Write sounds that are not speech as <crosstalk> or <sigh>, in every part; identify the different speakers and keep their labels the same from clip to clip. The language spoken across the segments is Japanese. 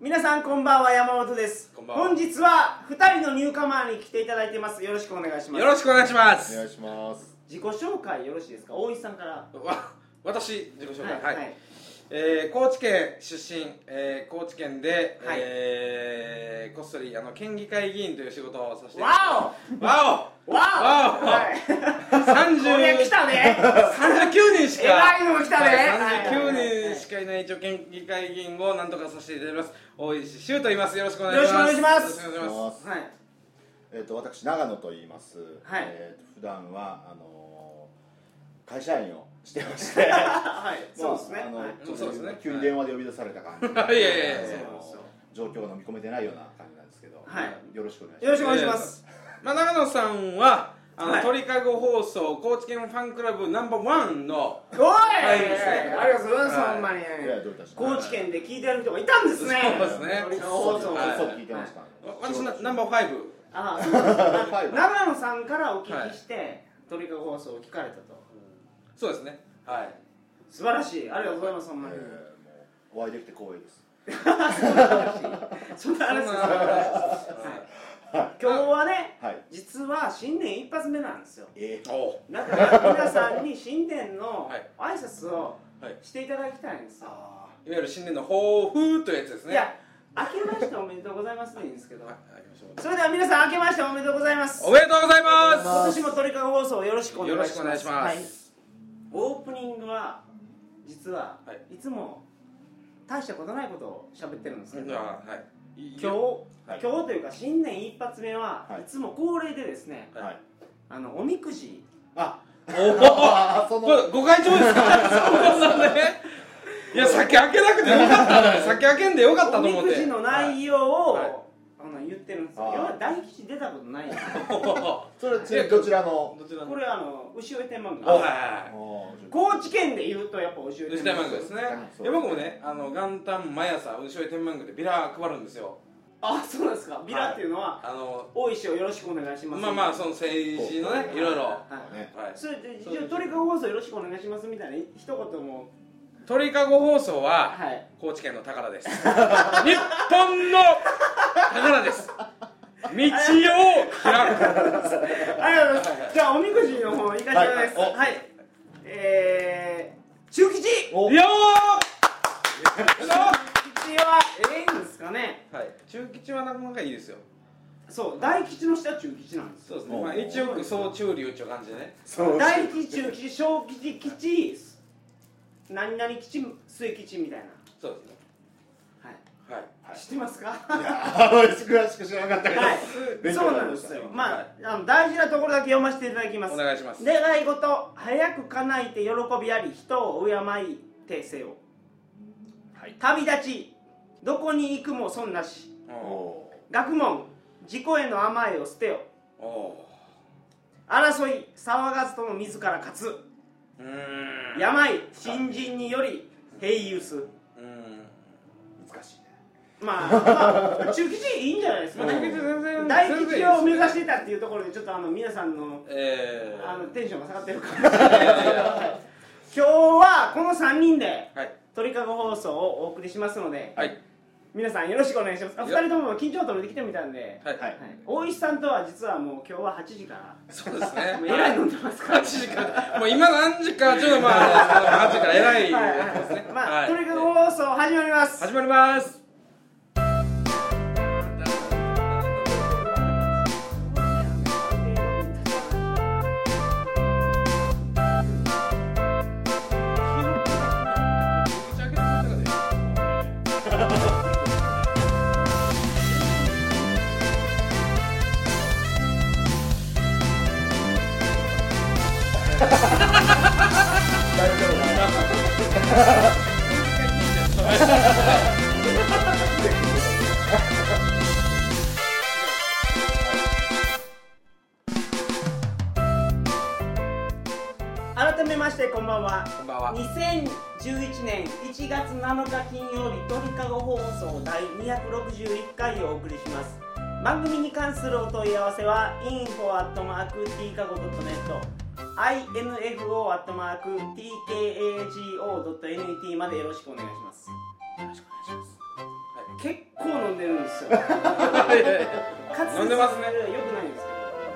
Speaker 1: 皆さんこんばんは山本です
Speaker 2: こんばんは
Speaker 1: 本日は2人のニューカマーに来ていただいてますよろしくお願いします
Speaker 2: よろしくお願いしま
Speaker 3: お願い
Speaker 2: す。
Speaker 3: します
Speaker 1: 自己紹介よろしいですか大石さんから
Speaker 2: わ私自己紹介はい、
Speaker 1: はい
Speaker 2: えー高知県出身、えー高知県で、
Speaker 1: はい
Speaker 2: えーこっそりあの県議会議員という仕事をさせて
Speaker 1: わ
Speaker 2: わ
Speaker 1: おわお
Speaker 2: わお
Speaker 1: はい
Speaker 2: お三十
Speaker 1: これ
Speaker 2: <laughs>
Speaker 1: 来たね
Speaker 2: 三十九人しか
Speaker 1: 偉いのが来たね
Speaker 2: 三十九人しかいない一応県議会議員をなんとかさせていただきます大石修と言いますよろしくお願いします
Speaker 1: よろしくお願いします
Speaker 2: よろしくお願いします
Speaker 1: はい
Speaker 3: えっ、と私長野と言います、
Speaker 1: はい
Speaker 3: えーと普段はあのー会社員をしてましてまあ
Speaker 1: はいそうですね
Speaker 3: あの
Speaker 1: はい
Speaker 3: ちょっと
Speaker 2: そうですね
Speaker 3: 急に電話で呼び出された感じ
Speaker 2: いやいやいや
Speaker 3: あのー
Speaker 1: そうなんですよ
Speaker 3: 状況が飲み込めてないような感じなんですけど、
Speaker 1: はい
Speaker 3: よろしくお願いします
Speaker 1: よろしくお願いします
Speaker 2: まあ、長野さんはあの、
Speaker 1: はい
Speaker 2: 鳥かご放送高知県ファンクラブナンバーワンの
Speaker 1: おいあ
Speaker 2: はい
Speaker 1: りがとうございますほんまに
Speaker 3: いやどういたしま
Speaker 1: 高
Speaker 3: し
Speaker 1: 知県で聞いてる人がいたんですね
Speaker 2: そうですね
Speaker 1: 鳥かご放
Speaker 3: こっそ
Speaker 1: 送
Speaker 3: りこ
Speaker 2: はい
Speaker 3: っそり聞いてました、
Speaker 2: 私なナンバーファイブ
Speaker 1: ああそうなんですね
Speaker 3: ファイブ
Speaker 1: 長野さんからお聞きして、鳥かご放送を聞かれたと
Speaker 2: そうですねはい
Speaker 1: 素晴らしいありがとうございますほん
Speaker 3: え
Speaker 1: まに、
Speaker 3: ーもうお会いできて光栄です
Speaker 1: そんな話です
Speaker 2: そん
Speaker 1: よ
Speaker 2: な
Speaker 1: はい今日はね
Speaker 3: はい
Speaker 1: 実は新年一発目なんで
Speaker 2: <laughs>
Speaker 1: すよ
Speaker 3: えー
Speaker 2: お
Speaker 1: だから皆さんに新年の
Speaker 2: はい
Speaker 1: 挨拶を
Speaker 2: はい
Speaker 1: していただきたいんですよ、
Speaker 3: あ
Speaker 2: いわゆる新年の抱負というやつです
Speaker 1: い
Speaker 2: ね
Speaker 1: や明けましておめでとうございますでいいんですけど
Speaker 2: はいはい行きましょう
Speaker 1: それでは皆さん明けましておめでとうございます
Speaker 2: おめでとうござい
Speaker 1: 今
Speaker 2: ま
Speaker 1: 年も鳥かご放送をよろしくお願い
Speaker 2: よ
Speaker 1: します
Speaker 2: ろしくお願いします
Speaker 1: はいオープニングは実は、、
Speaker 2: はい
Speaker 1: つも大したことないことを喋ってるんですけ
Speaker 2: す
Speaker 1: ど、
Speaker 2: じゃあはいいい
Speaker 1: 今日、
Speaker 3: はい
Speaker 1: 今日というか新年一発目は、
Speaker 3: はい
Speaker 1: い、つも恒例でですね
Speaker 3: ーはい
Speaker 1: あのおみくじ
Speaker 3: あ
Speaker 2: お
Speaker 3: あーそ
Speaker 2: お
Speaker 3: の
Speaker 2: これご会長ですかそうなんねいや酒開けなくてよかったね酒開けんでよかったと思
Speaker 1: お
Speaker 2: っ
Speaker 1: み
Speaker 2: て
Speaker 1: くじの内容を、
Speaker 2: はい
Speaker 1: あの言ってるんですよ
Speaker 3: あー
Speaker 1: 要は大吉出たことないんですよ
Speaker 2: は
Speaker 3: それはちなみにどちらの
Speaker 2: いどちらの
Speaker 1: これあの牛尾天満
Speaker 2: あはい
Speaker 1: 宮
Speaker 2: はいはい
Speaker 3: おー
Speaker 1: 高知県で言うとやっぱ牛尾
Speaker 2: 吉
Speaker 1: 天
Speaker 2: 田
Speaker 1: 満
Speaker 2: マン
Speaker 1: 宮
Speaker 2: グですね
Speaker 3: はい
Speaker 2: いや僕もねあの元旦毎朝牛尾天満宮でビラ配るんですよ
Speaker 1: あそうなんですかビラっていうのは、
Speaker 2: あの
Speaker 1: 大石をよろしくお願いします
Speaker 2: まあまあその政治のねいろいろは
Speaker 1: はい
Speaker 3: ね
Speaker 2: い
Speaker 1: それで一応鳥かご放送よろしくお願いしますみたいな一言も
Speaker 2: 鳥かご放送は
Speaker 1: はい
Speaker 2: 高知県の宝です <laughs> 日本の宝です道を開く
Speaker 1: ありがとうございますじゃあおみくじの方行かせていただきます
Speaker 3: は
Speaker 1: はいい、えー中吉中
Speaker 3: お
Speaker 2: いやー
Speaker 1: 吉はええんですかね
Speaker 2: はい、中吉はなかなかいいですよ
Speaker 1: そう大吉の下中吉なんです
Speaker 2: そうですね、まあ、一億総中流っていう感じでね
Speaker 3: <laughs> そう
Speaker 1: 大吉中吉小吉吉何々吉末吉みたいな
Speaker 2: そうですね
Speaker 1: はい、
Speaker 2: はい
Speaker 1: 知ってますか
Speaker 3: いやー俺詳しく知らなかったけど、
Speaker 1: はい
Speaker 3: 勉強
Speaker 1: そう
Speaker 3: に
Speaker 1: な
Speaker 3: り
Speaker 1: ん
Speaker 3: ま
Speaker 1: で
Speaker 3: した
Speaker 1: すよ
Speaker 3: 今
Speaker 1: まああの大事なところだけ読ませていただきます
Speaker 2: お願いします
Speaker 1: 願い事早く叶えて喜びあり人を敬いてせよ
Speaker 3: はい
Speaker 1: 旅立ちどこに行くも損なし
Speaker 2: お
Speaker 3: お
Speaker 1: 学問自己への甘えを捨てよ
Speaker 2: ーお
Speaker 1: 争い騒がずとも自ら勝つ
Speaker 2: ーうーん
Speaker 1: 病新人により平ユス
Speaker 2: うーん
Speaker 3: ー難しいね
Speaker 1: まあ、まあ、中吉いいんじゃないです
Speaker 2: ま
Speaker 1: か
Speaker 2: あ
Speaker 1: ね
Speaker 2: 中吉全然
Speaker 1: 大
Speaker 2: 全然いい
Speaker 1: 吉
Speaker 2: です
Speaker 1: を目指していたっていうところでちょっとあの皆さんの
Speaker 2: えー
Speaker 1: あのテンションが下がってるかもしれないですけど今日はこの3人で
Speaker 2: はい
Speaker 1: 鳥かご放送をお送りしますので
Speaker 2: はい
Speaker 1: 皆さんよろしくお願いしますあ
Speaker 2: い
Speaker 1: 2
Speaker 2: や
Speaker 1: 人とも緊張取れてきてみたんで、
Speaker 2: はい、
Speaker 3: はい
Speaker 1: はい大石さんとは実はもう今日は8時か
Speaker 2: そうです
Speaker 1: ら
Speaker 2: <laughs> ね
Speaker 1: もうえらい飲んでますから
Speaker 2: 8時間もう今何時かちょっとまあ8時から偉い
Speaker 1: はいはい
Speaker 2: ですね
Speaker 1: まあ、
Speaker 2: はい
Speaker 1: トリカゴ放送始まります
Speaker 2: 始まります
Speaker 3: 大丈夫かな
Speaker 1: 改めましてこんばんは
Speaker 2: こんばんは
Speaker 1: 2011年1月7日金曜日鳥かご放送第261回をお送りします番組に関するお問い合わせは info.tkago.net info.tkago.net までよろしくお願いします結でるんですよ滑舌
Speaker 2: 飲んでますね
Speaker 1: よくないんです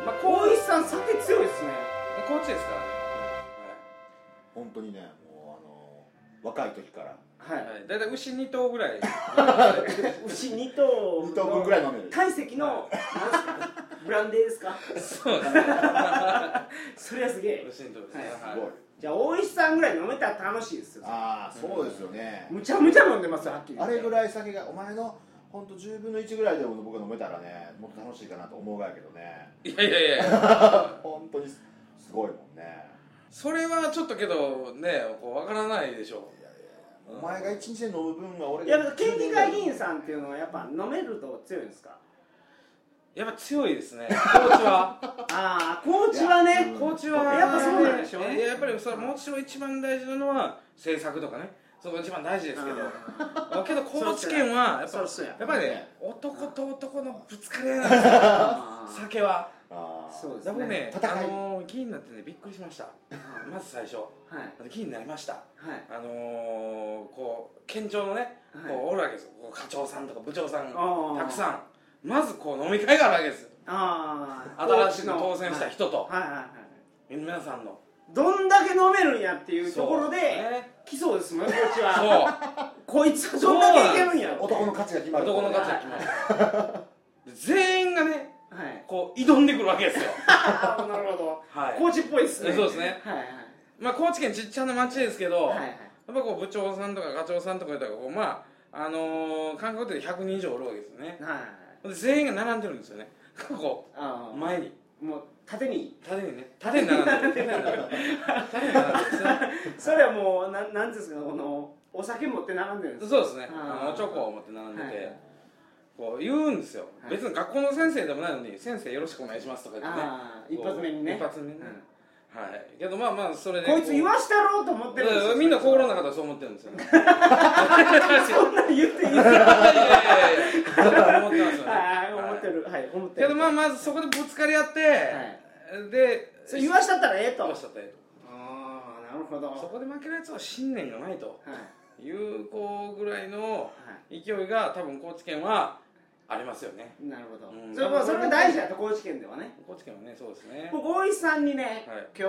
Speaker 2: まあ
Speaker 1: けど
Speaker 2: こう
Speaker 1: 大石さん酒強いですね
Speaker 2: こっちですからね
Speaker 3: 本当にねもうあの若い時から
Speaker 1: は
Speaker 2: はい
Speaker 1: い、
Speaker 2: はい、だいたい牛2頭ぐ
Speaker 1: <laughs>
Speaker 2: らい
Speaker 1: 牛2頭の
Speaker 3: 2等分ぐらい飲める
Speaker 1: 体積のなんすか <laughs> ブランデーですか
Speaker 2: そうですね
Speaker 1: それはすげえ
Speaker 2: 牛2頭ですね
Speaker 1: はい
Speaker 3: すごい
Speaker 1: じゃあ大石さんぐらい飲めたら楽しいですよ
Speaker 3: ああそうですよね、
Speaker 1: むちゃむちゃ飲んでますよはっきり
Speaker 3: あれぐ
Speaker 1: い
Speaker 3: らい酒がお前のほんと10分の1ぐらいでも僕が飲めたらねもっと楽しいかなと思うがやけどね
Speaker 2: いやいやいや
Speaker 3: 本当にすすごいもんね
Speaker 2: それはちょっとけどねこうわからないでしょ
Speaker 3: お前が一日で飲む分が俺
Speaker 1: や
Speaker 3: が
Speaker 1: っぱ県議会議員さんっていうのはやっぱ飲めると強いんですか
Speaker 2: やっぱ強いです
Speaker 1: <laughs>
Speaker 2: ねコーチは
Speaker 1: ああ高知はね
Speaker 3: うん
Speaker 2: コーチは
Speaker 1: やっぱそうなんでしょうね
Speaker 2: いややっぱりそれもちろん一番大事なのは政策とかねそこが一番大事ですけど
Speaker 1: <laughs>
Speaker 2: けど高知県はやっぱ
Speaker 1: そうっすね
Speaker 2: やっぱりね男と男のぶつかり合いなんですよ
Speaker 1: あー
Speaker 2: 酒は
Speaker 3: あー
Speaker 1: そうですね
Speaker 2: 僕ね
Speaker 3: 戦い
Speaker 2: あのー議員になってねびっくりしましたまず最初
Speaker 1: はい
Speaker 2: あの議員になりました
Speaker 1: はい
Speaker 2: あのー、こう県庁のねこ
Speaker 1: はいう
Speaker 2: おるわけですよこう課長さんとか部長さん
Speaker 1: あー
Speaker 2: たくさんまずこう飲み会があるわけです
Speaker 1: ああ
Speaker 2: 新しく当選した人と
Speaker 1: はいはいはいはい
Speaker 2: 皆さんの
Speaker 1: どんだけ飲めるんやっていうところ
Speaker 2: そ
Speaker 1: で
Speaker 2: うね
Speaker 1: 来そうですもんこっち
Speaker 2: そ
Speaker 1: は
Speaker 2: う
Speaker 1: こいつはどんだけいけるんやって
Speaker 3: 男の価値が決まる
Speaker 2: 男の
Speaker 1: 価値
Speaker 2: 方が来ましたで全員がね
Speaker 1: はい
Speaker 2: こう挑んでくるわけですよ
Speaker 1: あーなるほど
Speaker 2: はい
Speaker 1: 高知っぽいですね
Speaker 2: そうですね
Speaker 1: はいはい
Speaker 2: まあ高知県ちっちゃな町ですけど、
Speaker 1: はいは
Speaker 2: や
Speaker 1: い
Speaker 2: っぱこう部長さんとか課長さんとか言ったらこうまああのー、観光で100人以上おるわけですよね
Speaker 1: はいはい
Speaker 2: で全員が並んでるんですよねこ
Speaker 1: あ
Speaker 2: こ
Speaker 1: あ
Speaker 2: 前に
Speaker 1: もう縦に
Speaker 2: 縦にね縦に並んでる縦
Speaker 1: <laughs>
Speaker 2: に並んでる縦に並んでるんですね
Speaker 1: それはもうなんなんていうんですかこのお酒持って並んでるんですか
Speaker 2: そうですね
Speaker 1: あー
Speaker 2: あのおちょこを持って並んでて、
Speaker 1: はい
Speaker 2: こう言うんですよ、
Speaker 1: はい
Speaker 2: 別に学校の先生でもないのに「先生よろしくお願いします」とか言ってね
Speaker 1: ああ一発目にね
Speaker 2: 一発目にね
Speaker 1: うん
Speaker 2: はいけどまあまあそれで
Speaker 1: こいつ言わしたろうと思ってるんですよ
Speaker 2: うんみんな心の中ではそう思ってるんですよねいやい
Speaker 1: そんなん言っていいですか
Speaker 2: やいやいやそれは思ってますよね
Speaker 1: はい思ってるはい思って
Speaker 2: け
Speaker 1: る
Speaker 2: どまあまずそこでぶつかり合って、
Speaker 1: はい
Speaker 2: で
Speaker 1: それ言わしたったらええと
Speaker 2: 言わしちゃったよ
Speaker 1: ああなるほど
Speaker 2: そこで負けるやつは信念がないと
Speaker 1: はいはい
Speaker 2: いうこうぐらいの勢いが多分高知県はありますよね
Speaker 1: なるほど、
Speaker 2: うん
Speaker 1: それもそれも大事だと高知県ではね
Speaker 2: 高知県はねそうですね
Speaker 1: 僕大石さんにね、
Speaker 2: はい
Speaker 1: 今日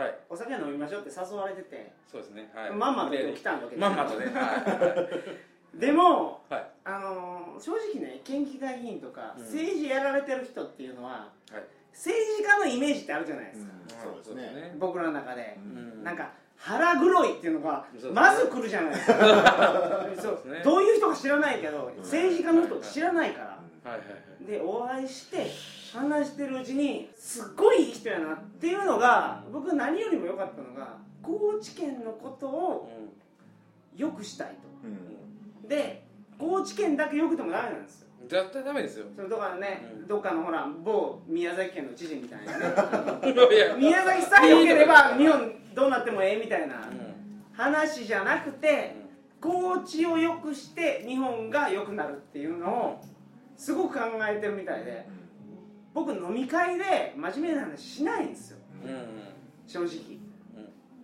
Speaker 2: はい
Speaker 1: お酒飲みましょうって誘われてて、
Speaker 2: そうですねはい
Speaker 1: まんまと今日来たわけです
Speaker 2: まんまとねはいは
Speaker 1: でも
Speaker 2: いはい
Speaker 1: あのー正直ね県議会議員とか、
Speaker 2: うん
Speaker 1: 政治やられてる人っていうのは
Speaker 2: はい
Speaker 1: 政治家のイメージってあるじゃないで
Speaker 3: う
Speaker 1: すか、
Speaker 3: ん <laughs> そうですね
Speaker 1: 僕らの中で
Speaker 2: う
Speaker 3: う、
Speaker 2: んん
Speaker 1: なんか腹黒いっていうのが
Speaker 2: そうですね
Speaker 1: まず来るじゃないで
Speaker 2: <laughs>
Speaker 1: すかそう
Speaker 2: ですね
Speaker 1: どういう人か知らないけど、
Speaker 3: ん
Speaker 1: 政治家の人知らないから、
Speaker 2: はいはいはい
Speaker 1: でお会いして話してるうちにすっごいいい人やなっていうのが僕何よりも良かったのが高知県のことを良くしたい
Speaker 3: うん
Speaker 1: とで高知県だけ良くてもダメなんですよ
Speaker 2: うん絶対ダメですよ <laughs>
Speaker 1: そのだからね、
Speaker 2: うん
Speaker 1: どっかのほら某宮崎県の知事みたいなね
Speaker 2: <laughs> いやいや
Speaker 1: 宮崎さえ良ければ日本どうなってもええみたいな
Speaker 2: うん
Speaker 1: 話じゃなく
Speaker 2: う
Speaker 1: て
Speaker 2: ん
Speaker 1: 高知を良くして日本が良くなるっていうのをすごく考えてるみたいで僕飲み会で真面目な話しないんですよ
Speaker 2: うんうん
Speaker 1: 正直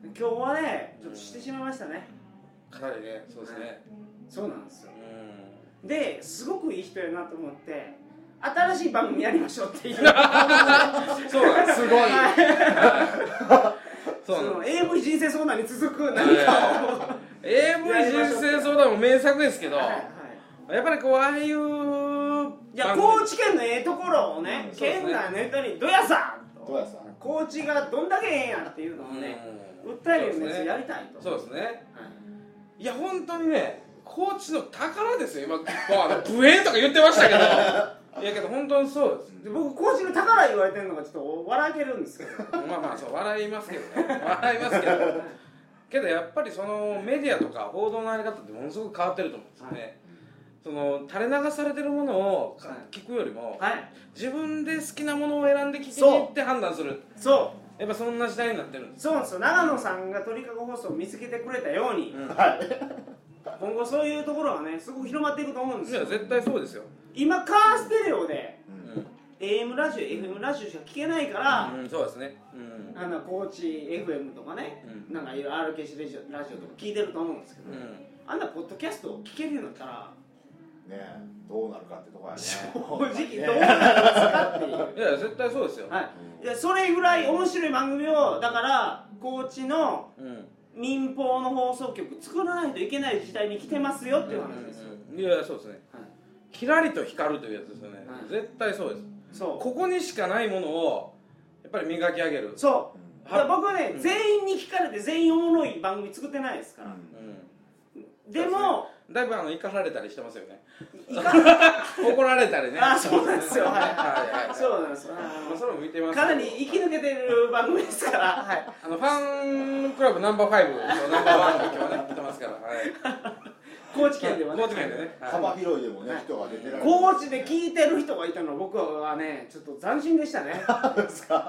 Speaker 2: うん
Speaker 1: 今日はねちょっとしてしまいましたね
Speaker 2: かなりねそうですね
Speaker 1: そうなんですよ
Speaker 2: うん
Speaker 1: ですごくいい人やなと思って新しい番組やりましょう
Speaker 2: <laughs>
Speaker 1: っていう
Speaker 2: そうなんです。
Speaker 3: すごい
Speaker 2: そう
Speaker 1: そ
Speaker 2: なん
Speaker 1: の
Speaker 2: です。
Speaker 1: AV 人生相談に続く何かを
Speaker 2: AV 人生相談も名作ですけど、
Speaker 1: はいは
Speaker 2: やっぱりこう、ああいう番組。
Speaker 1: いいや高知県のええところをね
Speaker 3: うん
Speaker 2: そうですね
Speaker 1: 県内の人に「どやさん!」
Speaker 3: どう
Speaker 1: と
Speaker 3: やさん
Speaker 1: 高知がどんだけええんやっていうのをね
Speaker 2: うん
Speaker 1: 訴えるような
Speaker 2: そうです
Speaker 1: やつ
Speaker 2: ね
Speaker 1: やりたいと
Speaker 2: そうですね。
Speaker 1: はい
Speaker 2: いや、本当にね、高知の宝ですよ。今、もうあの、武衛とか言ってましたけど。いやけど本当にそうです。
Speaker 1: で僕高知の宝言われてるのがちょっと笑けるんですけど
Speaker 2: まあまあそう笑いますけどね。笑いますけど。けどやっぱりそのメディアとか報道のあり方ってものすごく変わってると思うんですよね。その垂れ流されてるものを
Speaker 1: はい
Speaker 2: 聞くよりも、
Speaker 1: はい
Speaker 2: 自分で好きなものを選んで聞きに行って判断する
Speaker 1: そう
Speaker 2: やっぱそんな時代になってるんです
Speaker 1: そうなんですよ長野さんが鳥かご放送を見つけてくれたように、
Speaker 2: うん
Speaker 1: 今後そういうところがねすごく広まっていくと思うんです
Speaker 2: いや
Speaker 1: よ
Speaker 2: 絶対そうですよ、
Speaker 1: 今カーステレオで
Speaker 3: う
Speaker 2: うんん
Speaker 1: AM ラジオ FM ラジオしか聞けないから、
Speaker 2: うんそうですねうん
Speaker 1: あの高知 FM とかね、
Speaker 2: うん
Speaker 1: なんかいろいろ RKC ラジオラジオとか聞いてると思うんですけど、
Speaker 2: うん
Speaker 1: あんなポッドキャストを聞けるようになったら
Speaker 3: ねどうなるかってとこやね
Speaker 1: 正直どうなんですかっていう
Speaker 2: いや絶対そうですよ、
Speaker 1: は
Speaker 3: うん
Speaker 1: いいやそれぐらい面白い番組をだから高知の
Speaker 2: うん
Speaker 1: 民放の放送局作らないといけない時代に来てますよっていう話ですよ、
Speaker 2: うんいやそうですね
Speaker 1: はい
Speaker 2: キラリと光るというやつですよね、
Speaker 1: はい
Speaker 2: 絶対そうです
Speaker 1: そ
Speaker 2: ここにしかないものをやっぱり磨き上げる
Speaker 1: うそううだから僕はね、
Speaker 2: うん
Speaker 1: 全員に聞かれて全員おもろい番組作ってないですから、
Speaker 3: ん
Speaker 2: う
Speaker 1: でも
Speaker 2: ん、だいぶあの怒られたりしてますよね
Speaker 1: いかん
Speaker 2: 怒られたりね
Speaker 1: <laughs> あそうなんですよ
Speaker 2: はい
Speaker 1: はい
Speaker 2: はいはい
Speaker 1: そうなんですよ
Speaker 2: まあ、それも見てます
Speaker 1: かなり生き抜けてる番組ですから、はい、
Speaker 2: あのファンクラブナンバーファイブのナンバーワンの今日はね来てますから
Speaker 1: <laughs>
Speaker 2: はい
Speaker 1: 高知県ではね
Speaker 2: 高知県でね、はい
Speaker 3: 幅広いでもね人が出てられる
Speaker 1: 高知で聞いてる人がいたの僕はねちょっと斬新でしたね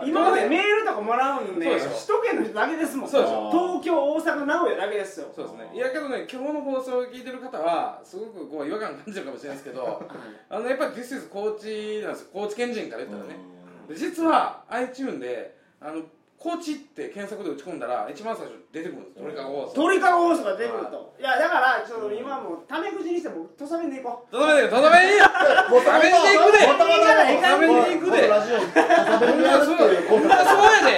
Speaker 1: 今までメールとかもらうの
Speaker 2: そ
Speaker 1: ね
Speaker 2: うで
Speaker 1: 首
Speaker 2: しょ
Speaker 1: 都圏の人だけですもん
Speaker 2: そうでし
Speaker 3: ょ
Speaker 1: 東京大阪名古屋だけですよ
Speaker 2: そうですねいやけどね今日の放送を聞いてる方はすごくこう違和感感じるかもしれないですけ <laughs> どあのやっぱり「This is 高知」なんですよ高知県人から言ったらねで実は iTune であの高知って検索で打ち込んだら一番最初出てくるんです鳥かご放送
Speaker 1: 鳥かご放送が出てくるといやだからちょっと今もうタメ口にしても土佐弁でいこ
Speaker 2: とどめていくとどめていく
Speaker 3: もう食べ
Speaker 2: 食べに行くで
Speaker 3: ラジオ食べ
Speaker 2: こ
Speaker 3: に
Speaker 2: んな
Speaker 3: 行
Speaker 2: そう
Speaker 3: くっていうコンセプ
Speaker 2: やで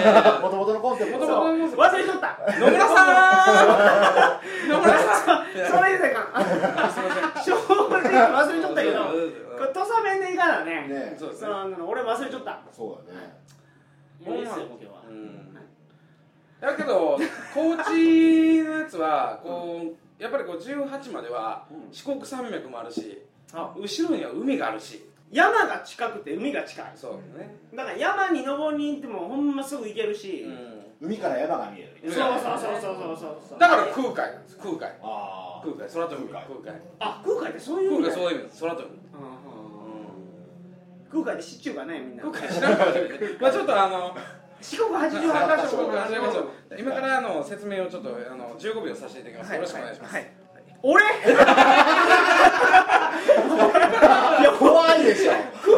Speaker 2: いやいや
Speaker 3: トもともとのコンセプ
Speaker 2: 元
Speaker 1: う
Speaker 2: 々
Speaker 1: そ
Speaker 3: ト
Speaker 1: う忘れ
Speaker 2: <laughs>
Speaker 1: とった
Speaker 2: 野村さん野村さんいや
Speaker 1: <laughs> それでか
Speaker 2: <laughs> すいません
Speaker 1: <laughs> 正直忘れとったけど
Speaker 2: うんうん
Speaker 1: これ土佐弁でいかなね
Speaker 3: ね
Speaker 2: そうです
Speaker 1: そ
Speaker 2: ね
Speaker 1: の俺忘れとった
Speaker 3: そうだね
Speaker 1: もういいですよ今日は
Speaker 2: うんだけど高知のやつはこうやっぱりこう18までは
Speaker 1: うん
Speaker 2: 四国山脈もあるし
Speaker 1: あ
Speaker 2: 後ろには海があるし
Speaker 1: 山が近くて海が近い
Speaker 2: そうだね
Speaker 1: だから山に登りに行ってもほんますぐ行けるし、
Speaker 2: うん
Speaker 3: 海から山が見える
Speaker 1: そうそうそうそうそうそうそう
Speaker 2: だから空海なんです空海
Speaker 3: あ
Speaker 2: 空海空飛び
Speaker 3: 空
Speaker 2: 空
Speaker 3: 海
Speaker 2: 海
Speaker 1: あ空海ってそうい
Speaker 2: 空
Speaker 1: う意味
Speaker 2: 海
Speaker 1: だ
Speaker 2: そういう意味です空飛
Speaker 1: 空海でシチューがないみんな
Speaker 2: び空海知らんかもしれ <laughs> ないまあちょっとあの
Speaker 1: 四国八十八
Speaker 2: 88
Speaker 1: 箇所
Speaker 2: 所今からあの説明をちょっとあの15秒させていただきますよろしくお願いします
Speaker 1: 俺
Speaker 3: あいや怖いでしょ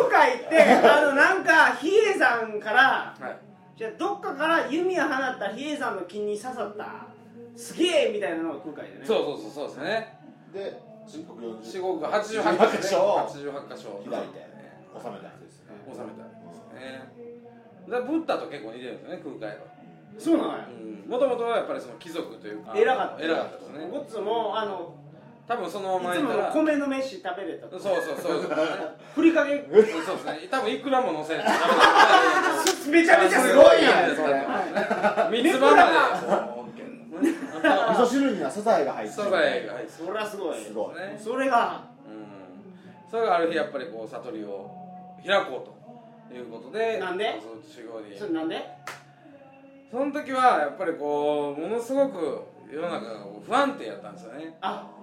Speaker 1: 空海ってあのなんか比叡山から
Speaker 2: はい
Speaker 1: じゃあどっかから弓を放った比叡山の木に刺さったすげえみたいなのが空海だね
Speaker 2: そうそうそうそうですね
Speaker 3: で四国40
Speaker 2: 四国88箇所ね88箇所
Speaker 3: 開いて収めたやつですね
Speaker 2: 収めたんですねだからブッダと結構似てるんですよね空海は
Speaker 1: そうなのよ
Speaker 2: もともとはやっぱりその貴族というか
Speaker 1: 偉かった
Speaker 2: 偉かったですね
Speaker 1: ごっつもあの
Speaker 2: 多分その
Speaker 1: い
Speaker 2: 前
Speaker 1: つ
Speaker 2: か
Speaker 1: もの
Speaker 2: ら
Speaker 1: 米の飯食べれた
Speaker 2: そうそうそうですね
Speaker 1: ふりかけ
Speaker 2: そうですね多分いくらも乗せる
Speaker 1: めちゃめちゃすごいやん
Speaker 2: そ
Speaker 1: そ
Speaker 2: れ三
Speaker 1: れ
Speaker 2: つ葉までもう OK なのね
Speaker 3: 味噌汁にはサザエが入って
Speaker 2: サザエが入って
Speaker 1: そりゃすごい
Speaker 3: すごい
Speaker 2: ね
Speaker 1: それが
Speaker 2: うんそれがある日やっぱりこう悟りを開こうということで
Speaker 1: なんで
Speaker 2: そう修行に
Speaker 1: それなんで
Speaker 2: その時はやっぱりこうものすごく世の中がこう不安定やったんですよね、
Speaker 1: あ
Speaker 2: う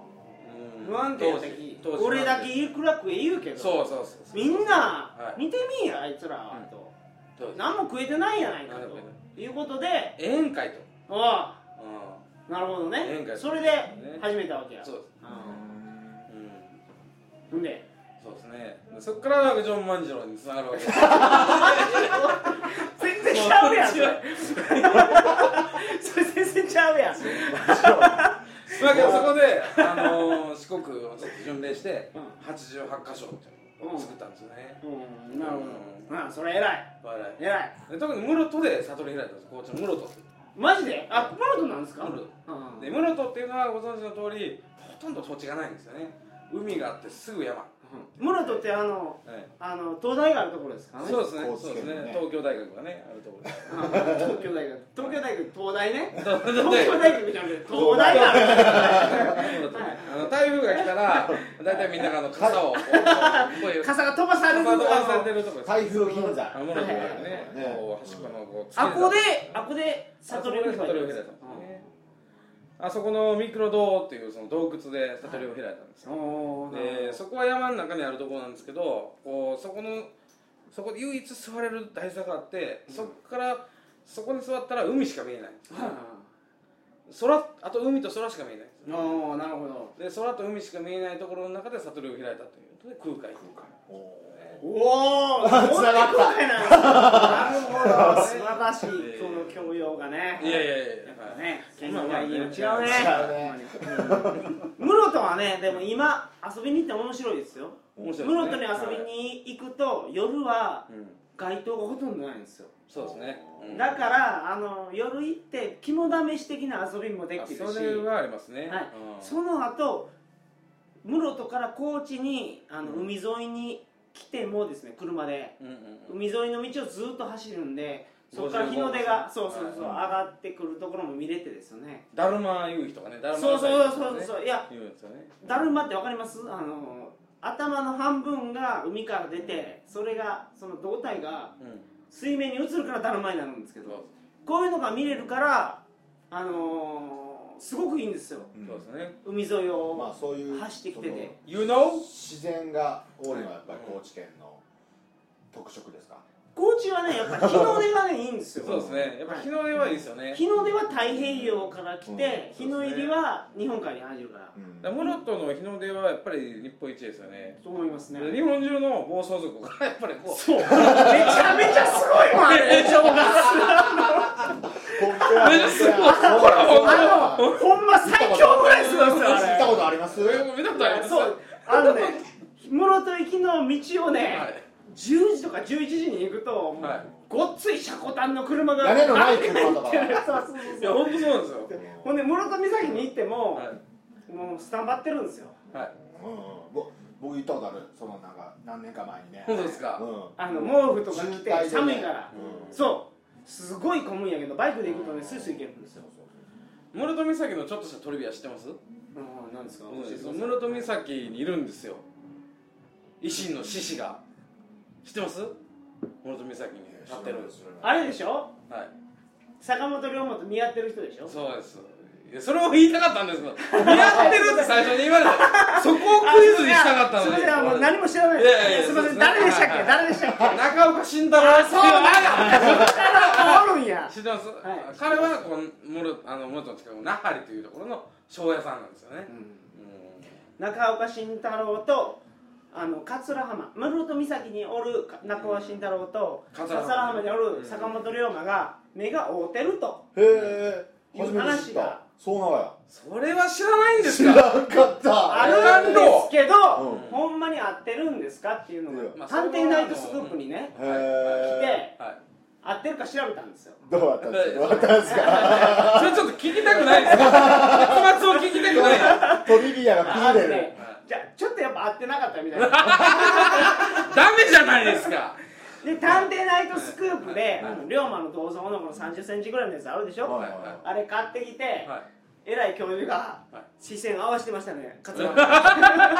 Speaker 2: ん
Speaker 1: 不安定だき
Speaker 2: 当時当時
Speaker 1: 俺だけいくらく言うけど
Speaker 2: そうそうそうそう
Speaker 1: みんな
Speaker 2: はい
Speaker 1: 見てみいやあいつらはと
Speaker 2: 当時
Speaker 1: 何も食えてないやないか
Speaker 2: 何
Speaker 1: と
Speaker 2: も食
Speaker 1: いうことで
Speaker 2: 宴会と、
Speaker 1: おあ
Speaker 2: う
Speaker 1: なるほど
Speaker 2: 宴
Speaker 1: ね
Speaker 2: 会
Speaker 1: それで始めたわけや
Speaker 2: ん、そうです、うん、
Speaker 1: うんほんで
Speaker 2: そうですねそっからジョン万次郎につながるわ
Speaker 1: <laughs>
Speaker 2: けです
Speaker 1: 全然ちゃうやんそれそれ全然ちゃうやん
Speaker 2: だけどそこで、あのー、四国をずっと巡礼して
Speaker 1: うん
Speaker 2: 88箇所っていうのを作ったんですよね、
Speaker 1: うんなるほどまあそれ偉い
Speaker 2: 笑い
Speaker 1: 偉い
Speaker 2: で特に室戸で悟り開いたんです高知の室戸って
Speaker 1: マジであ熊本なんですか
Speaker 2: 室戸
Speaker 1: うん
Speaker 2: で室戸っていうのはご存知の通りほとんど土地がないんですよね海があってすぐ山、
Speaker 1: 室戸ってあのあの東大があるとこ
Speaker 2: <laughs>
Speaker 1: ろですかね
Speaker 2: そうですね
Speaker 3: 高知
Speaker 2: そう
Speaker 3: 県
Speaker 2: ですね
Speaker 3: ね
Speaker 2: 東京大学がねあるところで
Speaker 1: あ東京大学東京大学東大ね
Speaker 2: 東
Speaker 1: <laughs> 東京大学じゃなくて東大があ
Speaker 2: <laughs> あの台風が来たら大体みんながあの傘をこうこうい
Speaker 1: る <laughs>
Speaker 2: う傘
Speaker 1: 傘が飛ばされる
Speaker 2: 飛ばされてるとこです
Speaker 3: 台風銀座
Speaker 2: あの室戸がね
Speaker 3: ね
Speaker 2: こう端っこのこう
Speaker 1: あこであこで悟りを
Speaker 2: を
Speaker 1: 開
Speaker 2: 開
Speaker 1: い
Speaker 2: いた
Speaker 1: たん
Speaker 2: ん
Speaker 1: で
Speaker 2: ですす
Speaker 1: よ
Speaker 2: ねあそこのミクロ洞っていうその洞窟で悟りを開いたんですよ
Speaker 1: おーなる
Speaker 2: でそこは山の中にあるところなんですけどこうそこのそこで唯一座れる台座があってそこからそこに座ったら海しか見えない
Speaker 1: ほどはい
Speaker 2: 空あと海と空しか見えない
Speaker 1: おーなるほど
Speaker 2: で空と海しか見えないところの中で悟りを開いたということで空海空海
Speaker 3: おー
Speaker 1: おお、
Speaker 3: あ繋がった
Speaker 1: こんなことなんですねなるほど、素晴らしい、この教養がね。
Speaker 2: いやいやいや
Speaker 1: やっぱね、県
Speaker 2: まあまあ
Speaker 1: 外
Speaker 2: ね
Speaker 1: に違うね。
Speaker 3: 違うね
Speaker 1: うん室戸はね、でも今遊びに行って面白いですよ。
Speaker 2: 面
Speaker 1: 室
Speaker 2: 白
Speaker 1: 戸
Speaker 2: い
Speaker 1: に
Speaker 2: ですね
Speaker 1: 遊びに行くと夜は
Speaker 2: はいうん
Speaker 1: 街灯がほとんどないんですよ。
Speaker 2: そうですねうん
Speaker 1: だからあの夜行って肝試し的な遊びもできるし、
Speaker 2: あそれはありますね
Speaker 1: はい
Speaker 2: うん
Speaker 1: その後室戸から高知にあの
Speaker 2: うん
Speaker 1: 海沿いに来てもですね車で
Speaker 2: うんうん
Speaker 1: 海沿いの道をずっと走るんでそこから日の出が
Speaker 2: 55
Speaker 1: そうそうそう上
Speaker 2: はい
Speaker 1: がってくるところも見れてですよね
Speaker 2: だるま夕日とかねだるま
Speaker 1: そうそうそう
Speaker 2: う
Speaker 1: そういや
Speaker 2: 言うんですよね
Speaker 1: だるまってわかりますあの頭の半分が海から出てそれがその胴体が
Speaker 2: うん
Speaker 1: 水面に映るからだるまになるんですけ
Speaker 2: そう
Speaker 1: どこういうのが見れるからあのーすごくいいんですよ
Speaker 3: うん
Speaker 2: そうですね
Speaker 1: 海沿いを、
Speaker 3: まあそういう
Speaker 1: 走ってきてて
Speaker 2: You know?
Speaker 3: その自然が多いのはやっぱり高知県の特色ですか
Speaker 1: 高知はねやっぱ日の出がねいいんですよ
Speaker 2: そうですねやっぱ日の出はいいですよね
Speaker 1: 日の出は太平洋から来て、
Speaker 2: うん
Speaker 1: 日の入りは日本海に入るから、
Speaker 3: うん
Speaker 2: だから室戸の日の出はやっぱり日本一ですよね
Speaker 1: そう思いますね
Speaker 2: 日本中の暴走族がやっぱりこう
Speaker 1: そうめちゃめちゃすごいわ
Speaker 2: <laughs>
Speaker 1: 映像が
Speaker 3: 本当や
Speaker 2: えすごい
Speaker 3: 本当や
Speaker 2: これ本当や
Speaker 1: あのほんま最強ぐらいすごいですよあ
Speaker 3: 行った
Speaker 1: れ
Speaker 3: ことあります
Speaker 2: え見たことあります
Speaker 1: そうあのね室戸行きの道をね、
Speaker 2: はい
Speaker 1: 10時とか11時に行くと、もう
Speaker 2: はい
Speaker 1: ごっつい車庫端の車が
Speaker 3: 屋根のない車
Speaker 2: <laughs>
Speaker 3: とか
Speaker 1: 入ってるそうそうそう
Speaker 2: いや本当そうなんですよ
Speaker 1: ほんで室戸岬に行っても、
Speaker 2: は
Speaker 1: もうスタンバってるんですよ
Speaker 2: いはい
Speaker 3: うんうんぼ僕行ったことあるそのなんか何年か前にね
Speaker 2: 本当ですか
Speaker 3: うん
Speaker 1: あの毛布とか着
Speaker 3: 渋
Speaker 1: て
Speaker 3: 滞でね
Speaker 1: 寒いから、
Speaker 3: うん
Speaker 1: そうすごい混むんやけどバイクで行くとねスイスイ行けるんですよ、
Speaker 2: 室戸岬のちょっとしたトリビア知ってます
Speaker 1: うん、なんですか
Speaker 2: うん室戸岬にいるんですよ維新の志士が知ってます室戸岬に立ってるんですよ
Speaker 1: あれでしょ
Speaker 2: はい
Speaker 1: 坂本龍馬と見合ってる人でしょ
Speaker 2: そうですいやそれを言いたかったんですけど見合ってるって最初に言われ
Speaker 1: <laughs>
Speaker 2: たそこをクイズにしたかったの
Speaker 1: あ
Speaker 2: に
Speaker 1: すいませんすいませんあの何も知らないです
Speaker 2: いやいやいやそ
Speaker 1: すいません
Speaker 2: うですね
Speaker 1: 誰でしたっけ
Speaker 2: はい
Speaker 1: 誰でしたっけ
Speaker 2: 中岡慎太郎っていう
Speaker 1: あおるんや
Speaker 2: 知ってます、
Speaker 1: はい
Speaker 2: 彼はこの室あの室戸の近くの那覇里というところの庄屋さんなんですよね、う
Speaker 1: 中岡慎太郎とあの桂浜室戸岬におるか中岡慎太郎と
Speaker 2: 桂
Speaker 1: 桂
Speaker 2: 浜
Speaker 1: 浜におる坂本龍馬が目が合うてると
Speaker 3: へえ
Speaker 1: いう
Speaker 3: 初めて知っ
Speaker 1: 話
Speaker 3: た
Speaker 1: が
Speaker 3: そうなのや
Speaker 2: んそれは知らないんです
Speaker 3: 知
Speaker 2: から
Speaker 3: んかった
Speaker 1: あるんですけど、
Speaker 3: うん
Speaker 1: ほんまに合ってるんですかっていうの
Speaker 3: うん
Speaker 1: が「探偵ナイトスクープ」にね
Speaker 3: へ
Speaker 1: 来
Speaker 3: え
Speaker 1: て
Speaker 2: はい
Speaker 1: 合ってるか調べたんですよ
Speaker 3: どうだったんですかどうだったんですか
Speaker 2: それちょっと聞きたくないですか結末を聞きたくないです
Speaker 3: トリビアが
Speaker 1: あ
Speaker 3: 切れ
Speaker 1: ね
Speaker 3: る
Speaker 1: じゃあちょっとやっぱ合ってなかったみたいな
Speaker 2: ダメじゃないですか
Speaker 1: で「探偵ナイトスクープで」
Speaker 2: うん
Speaker 1: あの龍馬の銅像のこの3 0ンチぐらいのやつあるでしょ、
Speaker 3: はいはいはい
Speaker 1: あれ買ってきて、
Speaker 2: は
Speaker 1: 偉い教授が
Speaker 2: はい
Speaker 1: 視線合わせてましたね
Speaker 2: <laughs>
Speaker 1: 桂浜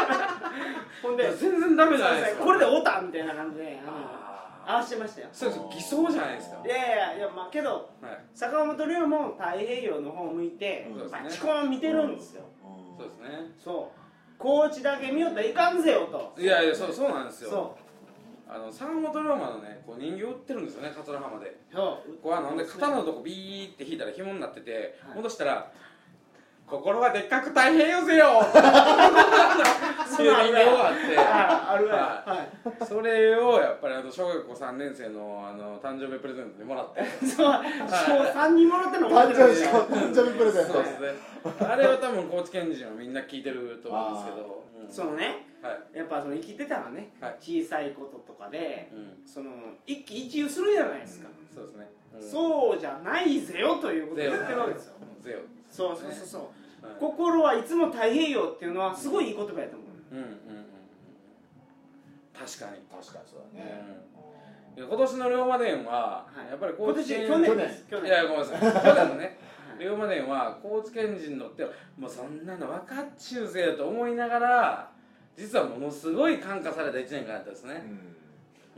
Speaker 1: ほん
Speaker 2: い
Speaker 1: で
Speaker 2: や全然ダメじゃないですか
Speaker 1: これでおたみたいな感じで、うん
Speaker 2: あー
Speaker 1: 合わせてましたよ
Speaker 2: それ偽装じゃないですかはい
Speaker 1: やいやいやまあけど
Speaker 2: い
Speaker 1: 坂本龍馬も太平洋の方を向いて
Speaker 3: うん
Speaker 2: そうですね
Speaker 1: バチコーン見てるんですよ、
Speaker 3: うん
Speaker 2: そうですね
Speaker 1: そう高知だけ見よったらいかんぜよと
Speaker 2: いやいやそうそうなんですよ
Speaker 1: そ
Speaker 2: あの坂本龍馬のねこう人形売ってるんですよね桂浜で
Speaker 1: うそう
Speaker 2: こうあので肩のとこビーって引いたら紐になってて
Speaker 1: はい
Speaker 2: 戻したら「心はでっかく太平洋ぜよ! 」っていう人形があって
Speaker 1: ああるわ
Speaker 2: は
Speaker 1: はい <laughs>
Speaker 2: それをやっぱりあの小学校3年生のあの誕生日プレゼントでもらって
Speaker 1: いそう小三人もらったの覚え
Speaker 3: 誕
Speaker 1: て
Speaker 3: 生
Speaker 1: る
Speaker 3: 日
Speaker 1: ね
Speaker 3: 誕生日プレゼン
Speaker 2: そう
Speaker 3: ト
Speaker 2: ですね。あれは多分高知県人はみんな聞いてると思うんですけど。うん
Speaker 1: そのね
Speaker 2: はい。
Speaker 1: やっぱその生きてたらね、
Speaker 2: はい
Speaker 1: 小さいこととかで
Speaker 2: うん。
Speaker 1: その一喜一憂するじゃないですか、
Speaker 2: そうですね。う
Speaker 1: そうじゃないぜよということを言ってるわけですよ
Speaker 2: ん。ゼロ。
Speaker 1: そうそうそうそう、
Speaker 2: はい
Speaker 1: 心はいつも太平洋っていうのはすごいいい言葉やと思う、
Speaker 2: うんうんうんうん。確かに。
Speaker 3: 確かにそうだね
Speaker 2: うんいや今年の龍馬伝は、やっぱり高
Speaker 1: 今
Speaker 2: 知県
Speaker 1: 年去年です去
Speaker 2: い
Speaker 1: 年
Speaker 2: やごめんなさい去年のね <laughs>
Speaker 1: はい
Speaker 2: 龍馬伝は高知県人のってもうそんなの分かっちゅうぜよと思いながら実はものすごい感化された1年間だったですね、
Speaker 3: うん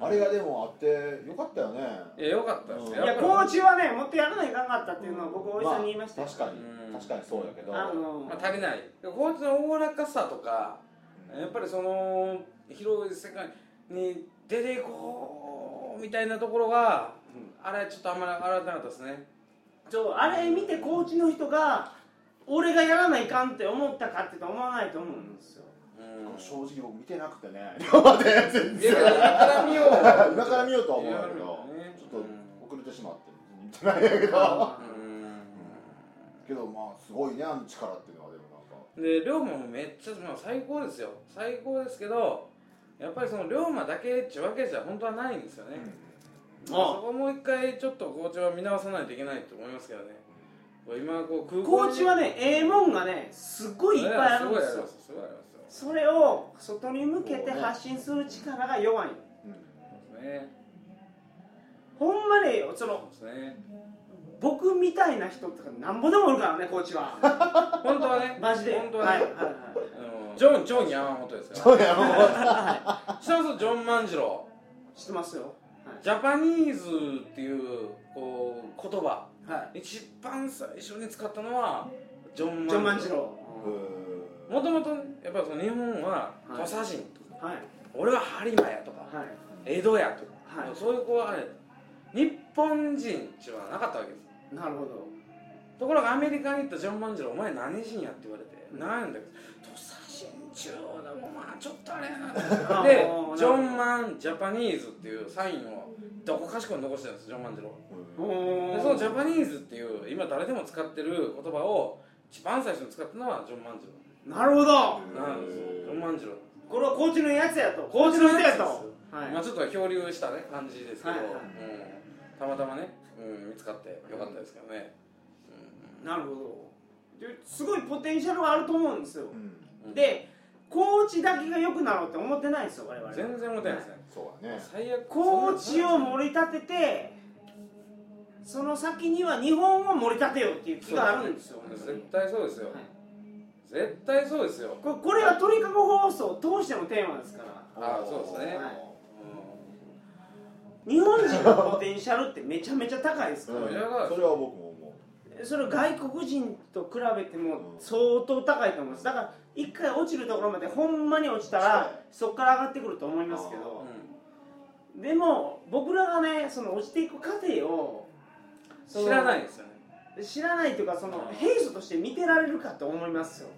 Speaker 3: あれがでもあってよかったよね
Speaker 2: いやよかったです
Speaker 3: うん
Speaker 2: よ
Speaker 1: いや
Speaker 2: っぱり
Speaker 1: コーチはねもっとやらないかんかったっていうのは僕おじさんに言いましたよ、
Speaker 3: 確かに
Speaker 2: うん
Speaker 3: 確かにそうやけど
Speaker 1: あの
Speaker 2: まあ、足りないこいつのおおらかさとか
Speaker 3: うん
Speaker 2: やっぱりその広い世界に出ていこうみたいなところが、あれちょっとあんまり洗ってなかったですね
Speaker 1: ちょあれ見てコーチの人が俺がやらないかんって思ったかって言うと思わないと思うんですよ
Speaker 2: うん
Speaker 3: 正直僕見てなくてね今まで全
Speaker 2: いや
Speaker 3: 然
Speaker 2: だから見よ <laughs> う
Speaker 3: 裏から見ようとは思うんだけどちょっと遅れてしまって見てないんだけど
Speaker 1: <laughs> あ
Speaker 3: けどまあすごいねあの力っていうのはでもなんか
Speaker 2: で龍馬もめっちゃ、まあ、最高ですよ最高ですけどやっぱりその龍馬だけっちゅうわけじゃ本当はないんですよね、そ
Speaker 1: あ
Speaker 2: こもう一回ちょっと校長は見直さないといけないと思いますけどねこう今こう空港
Speaker 1: 高
Speaker 2: に
Speaker 1: 知はねええもんがねすごいいっぱいあるんですよ
Speaker 2: すごいあります
Speaker 1: それを外に向けて発信する力が弱い
Speaker 3: うん
Speaker 2: よね
Speaker 1: ほんまねその
Speaker 2: そうですね
Speaker 1: 僕みたいな人とかなんぼでもおるからね高
Speaker 2: <laughs>
Speaker 1: 知は
Speaker 2: 本当はね
Speaker 1: マジで
Speaker 2: 本当は
Speaker 1: はい
Speaker 2: ね
Speaker 1: はいはい
Speaker 2: あのジョンジョン山本ですから
Speaker 3: そうやもう
Speaker 2: 下のジョン万次郎
Speaker 1: 知ってますよ。
Speaker 2: ジャパニーズっていうこう言葉
Speaker 1: は
Speaker 2: 一番最初に使ったのはジョン
Speaker 1: い。ジョ
Speaker 2: 万
Speaker 1: ン万次
Speaker 2: 次郎
Speaker 1: 郎。
Speaker 3: う
Speaker 2: もともとやっぱりその日本は
Speaker 1: はい
Speaker 2: 土佐人とか、
Speaker 1: はい。
Speaker 2: 俺は播磨やとか
Speaker 1: はい。
Speaker 2: 江戸やとか、
Speaker 1: はい
Speaker 2: そういう子はあれ日本人っていうのはなかったわけです
Speaker 1: なるほど。
Speaker 2: ところがアメリカに行ったジョン万次郎お前何人やって言われて、
Speaker 1: うん
Speaker 2: なんだけど土佐人中でもまあちょっとあれやな
Speaker 1: あー
Speaker 2: で
Speaker 1: なるほど
Speaker 2: ジョンマンジャパニーズっていうサインをどこかしこに残してるんですジョン万次郎
Speaker 3: ん
Speaker 1: お
Speaker 2: で
Speaker 1: ー
Speaker 2: そのジャパニーズっていう今誰でも使ってる言葉を一番最初に使ったのはジョン万次
Speaker 1: なるほど。
Speaker 2: 郎なんですよジョン万次郎
Speaker 1: これは高知のやつやと。高知の人やと。は
Speaker 2: まあちょっと漂流したね感じですけど、
Speaker 1: はいはい
Speaker 2: うん、たまたまね、うん、見つかってよかったですけどね、
Speaker 1: い。なるほど。ですごいポテンシャルはあると思うんですよ。
Speaker 3: うん
Speaker 2: うん
Speaker 1: で、高知だけが良くなろうって思ってないんですよ、我々。
Speaker 2: 全然思ってないですね、
Speaker 3: そうやね
Speaker 2: 最悪
Speaker 1: 高知を盛り立てて、その先には日本を盛り立てようっていう気があるんですよ。
Speaker 2: 絶対そうですよ、
Speaker 1: はい
Speaker 2: 絶対そうですよ、
Speaker 1: ここれは鳥かご放送を通してのテーマですから。
Speaker 2: あーそうですね
Speaker 3: は
Speaker 1: 日本人のポテンシャルってめちゃめちゃ高いですか
Speaker 3: い
Speaker 1: ら、
Speaker 2: いやだから
Speaker 3: それは僕も思
Speaker 1: それ外国人と比べても相当高いと思いますだから一回落ちるところまでほんまに落ちたらそこから上がってくると思いますけ
Speaker 2: う
Speaker 1: ど
Speaker 2: ん
Speaker 1: でも僕らがねその落ちていく過程をその
Speaker 2: 知らないですよね、
Speaker 1: 知らないというかその平素として見てられるかと思いますよ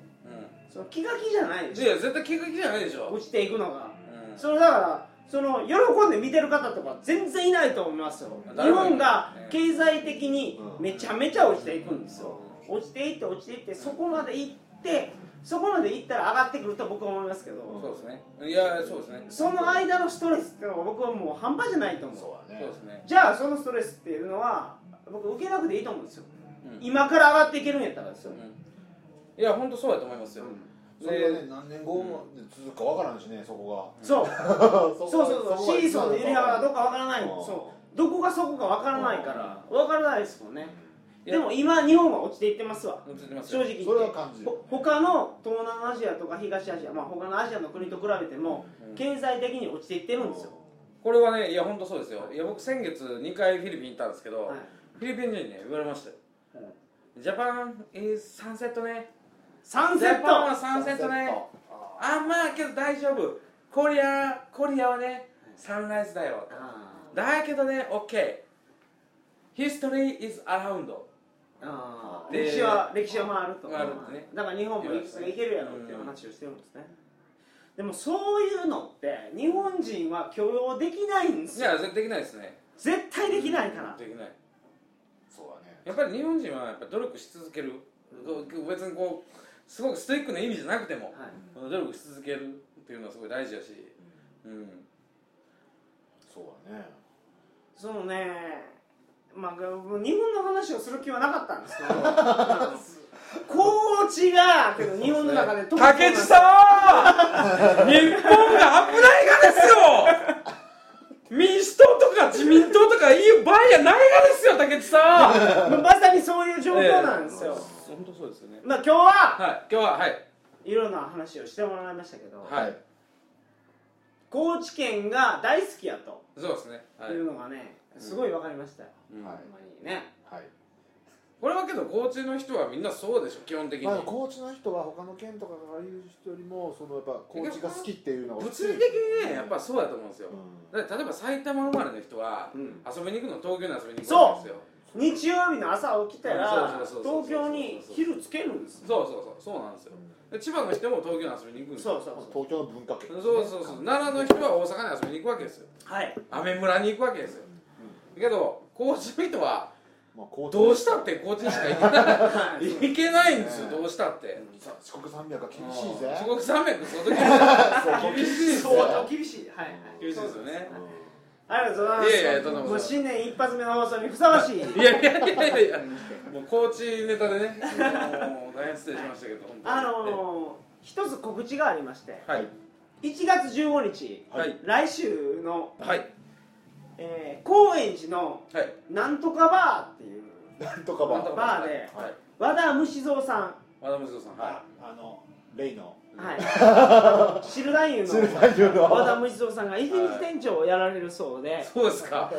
Speaker 1: その気が気じゃないで
Speaker 2: うん、い
Speaker 1: し
Speaker 2: や絶対気が気じゃないでし
Speaker 1: ょ
Speaker 2: ょ、
Speaker 1: 落ちていくのが
Speaker 2: うん
Speaker 1: それだからその喜んで見てる方とか全然いないと思いますよ日本が経済的にめちゃめちゃ落ちていくんですよ落ちていって落ちていってそこまで行ってそこまで行ったら上がってくると僕は思いますけど
Speaker 2: そうですねいやそうですね
Speaker 1: その間のストレスっていうのは僕はもう半端じゃないと
Speaker 3: う
Speaker 1: 思う
Speaker 3: そう
Speaker 2: そう
Speaker 3: やね
Speaker 2: ですね、
Speaker 1: じゃあそのストレスっていうのは僕受けなくていいと思うんですよ
Speaker 2: うん
Speaker 1: 今から上がっていけるんやったらですよ
Speaker 2: うんいや本当そうやと思いますよ、
Speaker 3: それがね何年後も続くかわからんしねそこ
Speaker 1: そう
Speaker 3: がそう
Speaker 1: そうそうそうシーソーの揺れ幅がどうかわからないそううどこがそこかわからないからわからないですもんね
Speaker 2: い
Speaker 1: で
Speaker 2: や
Speaker 1: も今日本は落ちていってますわ
Speaker 2: 映ってます
Speaker 1: 正
Speaker 2: よ
Speaker 1: 直言って
Speaker 3: それは感じる
Speaker 1: ほ他の東南アジアとか東アジア、まあ、他のアジアの国と比べても
Speaker 2: うん
Speaker 1: 経済的に落ちていってるんですよ、
Speaker 2: これはねいや本当そうですよいや僕先月2回フィリピン行ったんですけど、
Speaker 1: はい
Speaker 2: フィリピン人にね言われましたよ、ジャパンイズサンセットね
Speaker 1: サン
Speaker 2: ジ
Speaker 1: セッ
Speaker 2: ャパンは
Speaker 1: ト
Speaker 2: サンセットねあまあけど大丈夫コリアコリアはねサンライズだよ
Speaker 1: あ
Speaker 2: だけどね OK ヒストリー is around
Speaker 1: ーあー
Speaker 2: で
Speaker 1: 歴史は歴史は回ると
Speaker 2: 回るってね
Speaker 1: だから日本もいくつかいけるやろっていう話をしてるんですね、でもそういうのって日本人は許容できないんです
Speaker 2: い
Speaker 1: よ
Speaker 2: や絶対できないですね
Speaker 1: 絶対できないから
Speaker 2: できない
Speaker 3: そうやね
Speaker 2: やっぱり日本人はやっぱ努力し続ける別にこうすごくストイックな意味じゃなくても
Speaker 1: は
Speaker 2: 努
Speaker 1: い
Speaker 2: 力し続けるっていうのはすごい大事やしうん
Speaker 3: そうやね
Speaker 1: そのねまあもう日本の話をする気はなかったんですけ <laughs> ど高知がけど日本の中でトップなん
Speaker 2: 竹
Speaker 1: で
Speaker 2: 地
Speaker 1: す
Speaker 2: 様日本が危ないがですよ民主党とか自民党とかいう場合じゃないがですよ竹地さん
Speaker 1: まさにそういう状況なんですよ、
Speaker 2: 本当そうですよね
Speaker 1: まあ今日は
Speaker 2: はい今日ははい
Speaker 1: いろんな話をしてもらいましたけど、
Speaker 2: はい
Speaker 1: 高知県が大好きやと
Speaker 2: そうですね、はい
Speaker 1: いうのがねすごい分かりましたよ、
Speaker 2: うん
Speaker 3: はい
Speaker 1: ほんまにね
Speaker 3: はい
Speaker 2: これはけど高知の人はみんなそうでしょ基本的に、
Speaker 3: まあ高知の人は他の県とかからいう人よりもそのやっぱ高知が好きっていうのが
Speaker 2: 物理的にねやっぱそうだと思うんですよ、
Speaker 3: う
Speaker 2: だって例えば埼玉生まれの人は
Speaker 1: うん
Speaker 2: 遊びに行くの東京に遊びに行く
Speaker 1: そうん
Speaker 2: ですよ
Speaker 1: 日曜日の朝起きたら
Speaker 2: そうそうそうそう
Speaker 1: 東京に昼つけるんですよ
Speaker 2: そうそうそうそうなんですよで千葉の人も東京に遊びに行くんですよ
Speaker 1: そうそうそう
Speaker 3: 東京の文化圏
Speaker 2: そうそうそう奈良の人は大阪に遊びに行くわけですよ
Speaker 1: はい
Speaker 2: アメ村に行くわけですよけど高知の人は
Speaker 3: まあ高知
Speaker 2: どうしたって高知にしか行けな
Speaker 1: <laughs>
Speaker 2: い
Speaker 1: はい
Speaker 2: 行けないんですよどうしたって
Speaker 3: さ四国山脈は厳しいぜ
Speaker 2: 四国山脈その時
Speaker 3: そう
Speaker 2: 厳しいです
Speaker 1: 相
Speaker 2: よ
Speaker 1: 当厳しいはいはい
Speaker 2: 厳しいですよね
Speaker 1: ありがとうございます
Speaker 2: いやいやとんでもない
Speaker 1: もう新年一発目の放送にふさわしい
Speaker 2: いやいやいやいやもう高知ネタでねもう大変失礼しましたけど本当に
Speaker 1: あのー一つ告知がありまして
Speaker 2: はい
Speaker 1: 1月15日
Speaker 2: はい
Speaker 1: 来週の、
Speaker 2: はい
Speaker 1: えー高円寺の
Speaker 2: はい
Speaker 1: なんとかバーっていう
Speaker 3: なんとかば
Speaker 1: バーで
Speaker 2: はい
Speaker 1: 和田虫蔵さん
Speaker 2: 和田息子さん
Speaker 3: あ
Speaker 2: は
Speaker 3: あのレイの
Speaker 1: <laughs> はい、汁男優
Speaker 3: 鶴
Speaker 1: の
Speaker 3: 太郎
Speaker 1: 和田
Speaker 3: の
Speaker 1: 無地蔵さんが一日店長をやられるそうで、 <laughs>
Speaker 2: いそうですか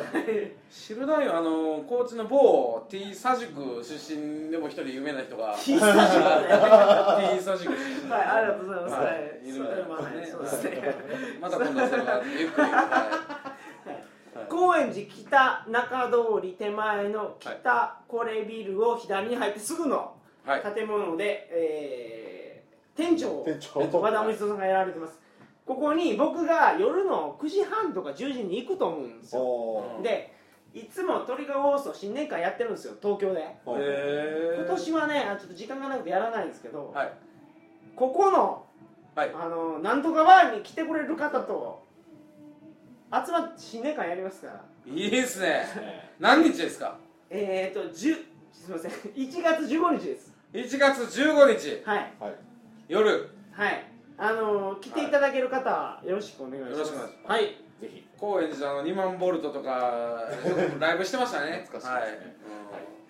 Speaker 2: 知るないよあの高知の某 T 佐宿出身でも一人有名な人
Speaker 1: <laughs>
Speaker 2: が T
Speaker 1: 久しぶりで、は
Speaker 2: 佐宿出身
Speaker 1: い、ありがとうございます。はいい、
Speaker 2: い
Speaker 1: そ
Speaker 2: るみたい
Speaker 1: れ
Speaker 2: な
Speaker 1: もはいそうですね。
Speaker 2: また今度それはゆっくり
Speaker 1: <laughs>
Speaker 2: は
Speaker 1: 高円寺北中通り手前の北コレビルを左に入ってすぐの
Speaker 2: いはい
Speaker 1: 建物で、えー店長を
Speaker 3: 店長
Speaker 1: 和田無地蔵さんがやられてます。ここに僕が夜の9時半とか10時に行くと思うんですよ。
Speaker 3: おー
Speaker 1: で、いつもトリガー放送新年会やってるんですよ、東京で。
Speaker 3: おー
Speaker 2: へー
Speaker 1: 今年はねあちょっと時間がなくてやらないんですけど、
Speaker 2: はい
Speaker 1: ここの
Speaker 2: はい
Speaker 1: あのなんとかバーに来てくれる方と集まって新年会やりますから
Speaker 2: いいですね
Speaker 3: ね
Speaker 2: 何日ですか
Speaker 1: えー、と10すいません <laughs> 1月15日です
Speaker 2: 1月15日
Speaker 1: はい
Speaker 3: はい
Speaker 2: 夜よ
Speaker 1: はいあの来ていただける方はよろしくお願いし
Speaker 2: ろ
Speaker 1: ま
Speaker 2: し
Speaker 1: す
Speaker 2: くお願いします
Speaker 1: はい
Speaker 3: ぜひ
Speaker 2: 高円寺の2万ボルトと
Speaker 1: <laughs>
Speaker 2: かライブしてましたね
Speaker 3: 懐かしいですね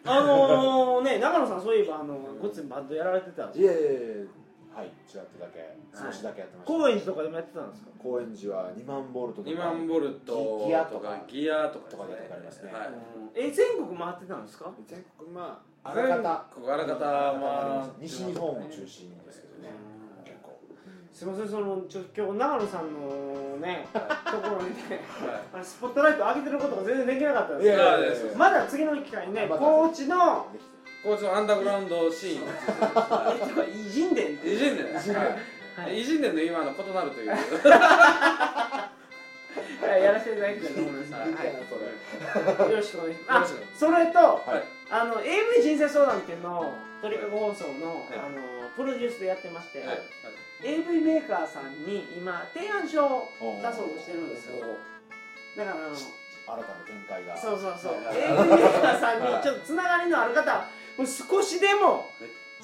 Speaker 2: は
Speaker 1: あのー、ね長野さんそういえばあのごっつんバンドやられてた
Speaker 3: いえいえいえはいちらっとだけ少しだけやってました
Speaker 1: 高円寺とかでもやってたんですか
Speaker 3: 高円寺は2万ボルトと
Speaker 2: い
Speaker 3: か
Speaker 2: 2万ボルト
Speaker 3: ギギアとか
Speaker 2: ギアとか
Speaker 3: とかでかかりますね
Speaker 2: はい
Speaker 1: え全国回ってたんですか
Speaker 3: 全国まああらかた
Speaker 2: 全国あらかたは
Speaker 3: 西日本を中心にですけどね結構
Speaker 1: すいませんそのちょ今日長野さんのねと
Speaker 2: は
Speaker 1: ころにね <laughs>
Speaker 2: はい
Speaker 1: あのスポットライト上げてることが全然できなかったんです
Speaker 2: や
Speaker 1: け
Speaker 2: いやいや
Speaker 1: どまだ次の機会にね
Speaker 3: また
Speaker 1: 高知の
Speaker 2: こいつのアンダーグラウンドシーン
Speaker 1: えっと偉人伝って
Speaker 2: 偉
Speaker 1: いう
Speaker 2: 人伝です
Speaker 1: はい
Speaker 2: 偉人伝の今の異なるという
Speaker 1: はいやらせていただきたいと思います、
Speaker 2: はい
Speaker 1: はい、よろしくお願いします
Speaker 2: よろし
Speaker 1: あそれと、
Speaker 2: はい
Speaker 1: あの AV 人生相談っていうのを鳥かご放送の,、
Speaker 2: い
Speaker 1: あのプロデュースでやってまして、
Speaker 2: はい
Speaker 1: AV メーカーさんに今提案書を出そうとしてるんですよだからあの
Speaker 3: 新たな展開が
Speaker 1: そうそうそう
Speaker 2: はい
Speaker 1: エイブメーカーさんにちょっとつながりのある方もう少しでも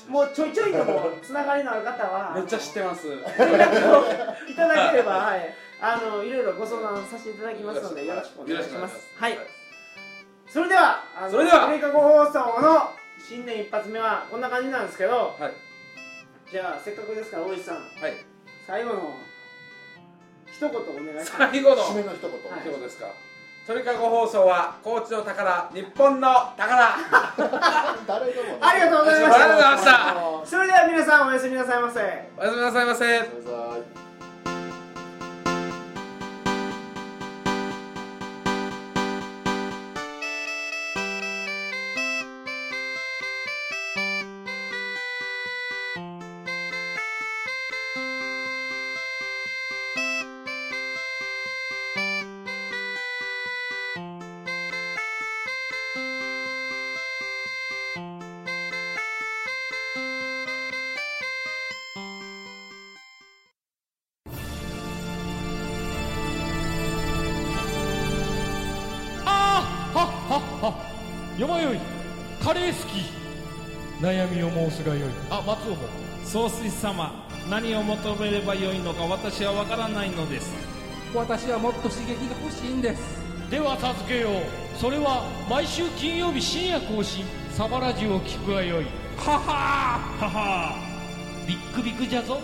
Speaker 1: もうちょいちょいともつながりのある方は
Speaker 2: めっちゃ知ってます
Speaker 1: 連絡を <laughs> いただければはいあのいろいろご相談させていただきますのでよろしくお願いしますはいそれではあの
Speaker 2: それでは
Speaker 1: 計画放送の新年一発目はこんな感じなんですけど
Speaker 2: はい
Speaker 1: じゃあせっかくですから大石さん
Speaker 2: はい
Speaker 1: 最後の一言お願いします
Speaker 2: 最後の
Speaker 3: 締めの一言
Speaker 2: ってことですか鳥かご放送は高知の宝日本の宝
Speaker 3: 誰でもね
Speaker 1: ありがとうございま
Speaker 2: ありがとうございました
Speaker 1: それでは皆さんおやすみなさいませ
Speaker 2: おやすみなさいませ
Speaker 3: ございます
Speaker 4: あーはっはっは山よいカレー好き悩みを申すがよいあ松尾も
Speaker 5: 総帥様何を求めればよいのか私は分からないのです
Speaker 6: 私はもっと刺激が欲しいんです
Speaker 4: では助けようそれは毎週金曜日深夜更新サバラジュを聞くがよいははははビックビックじゃぞ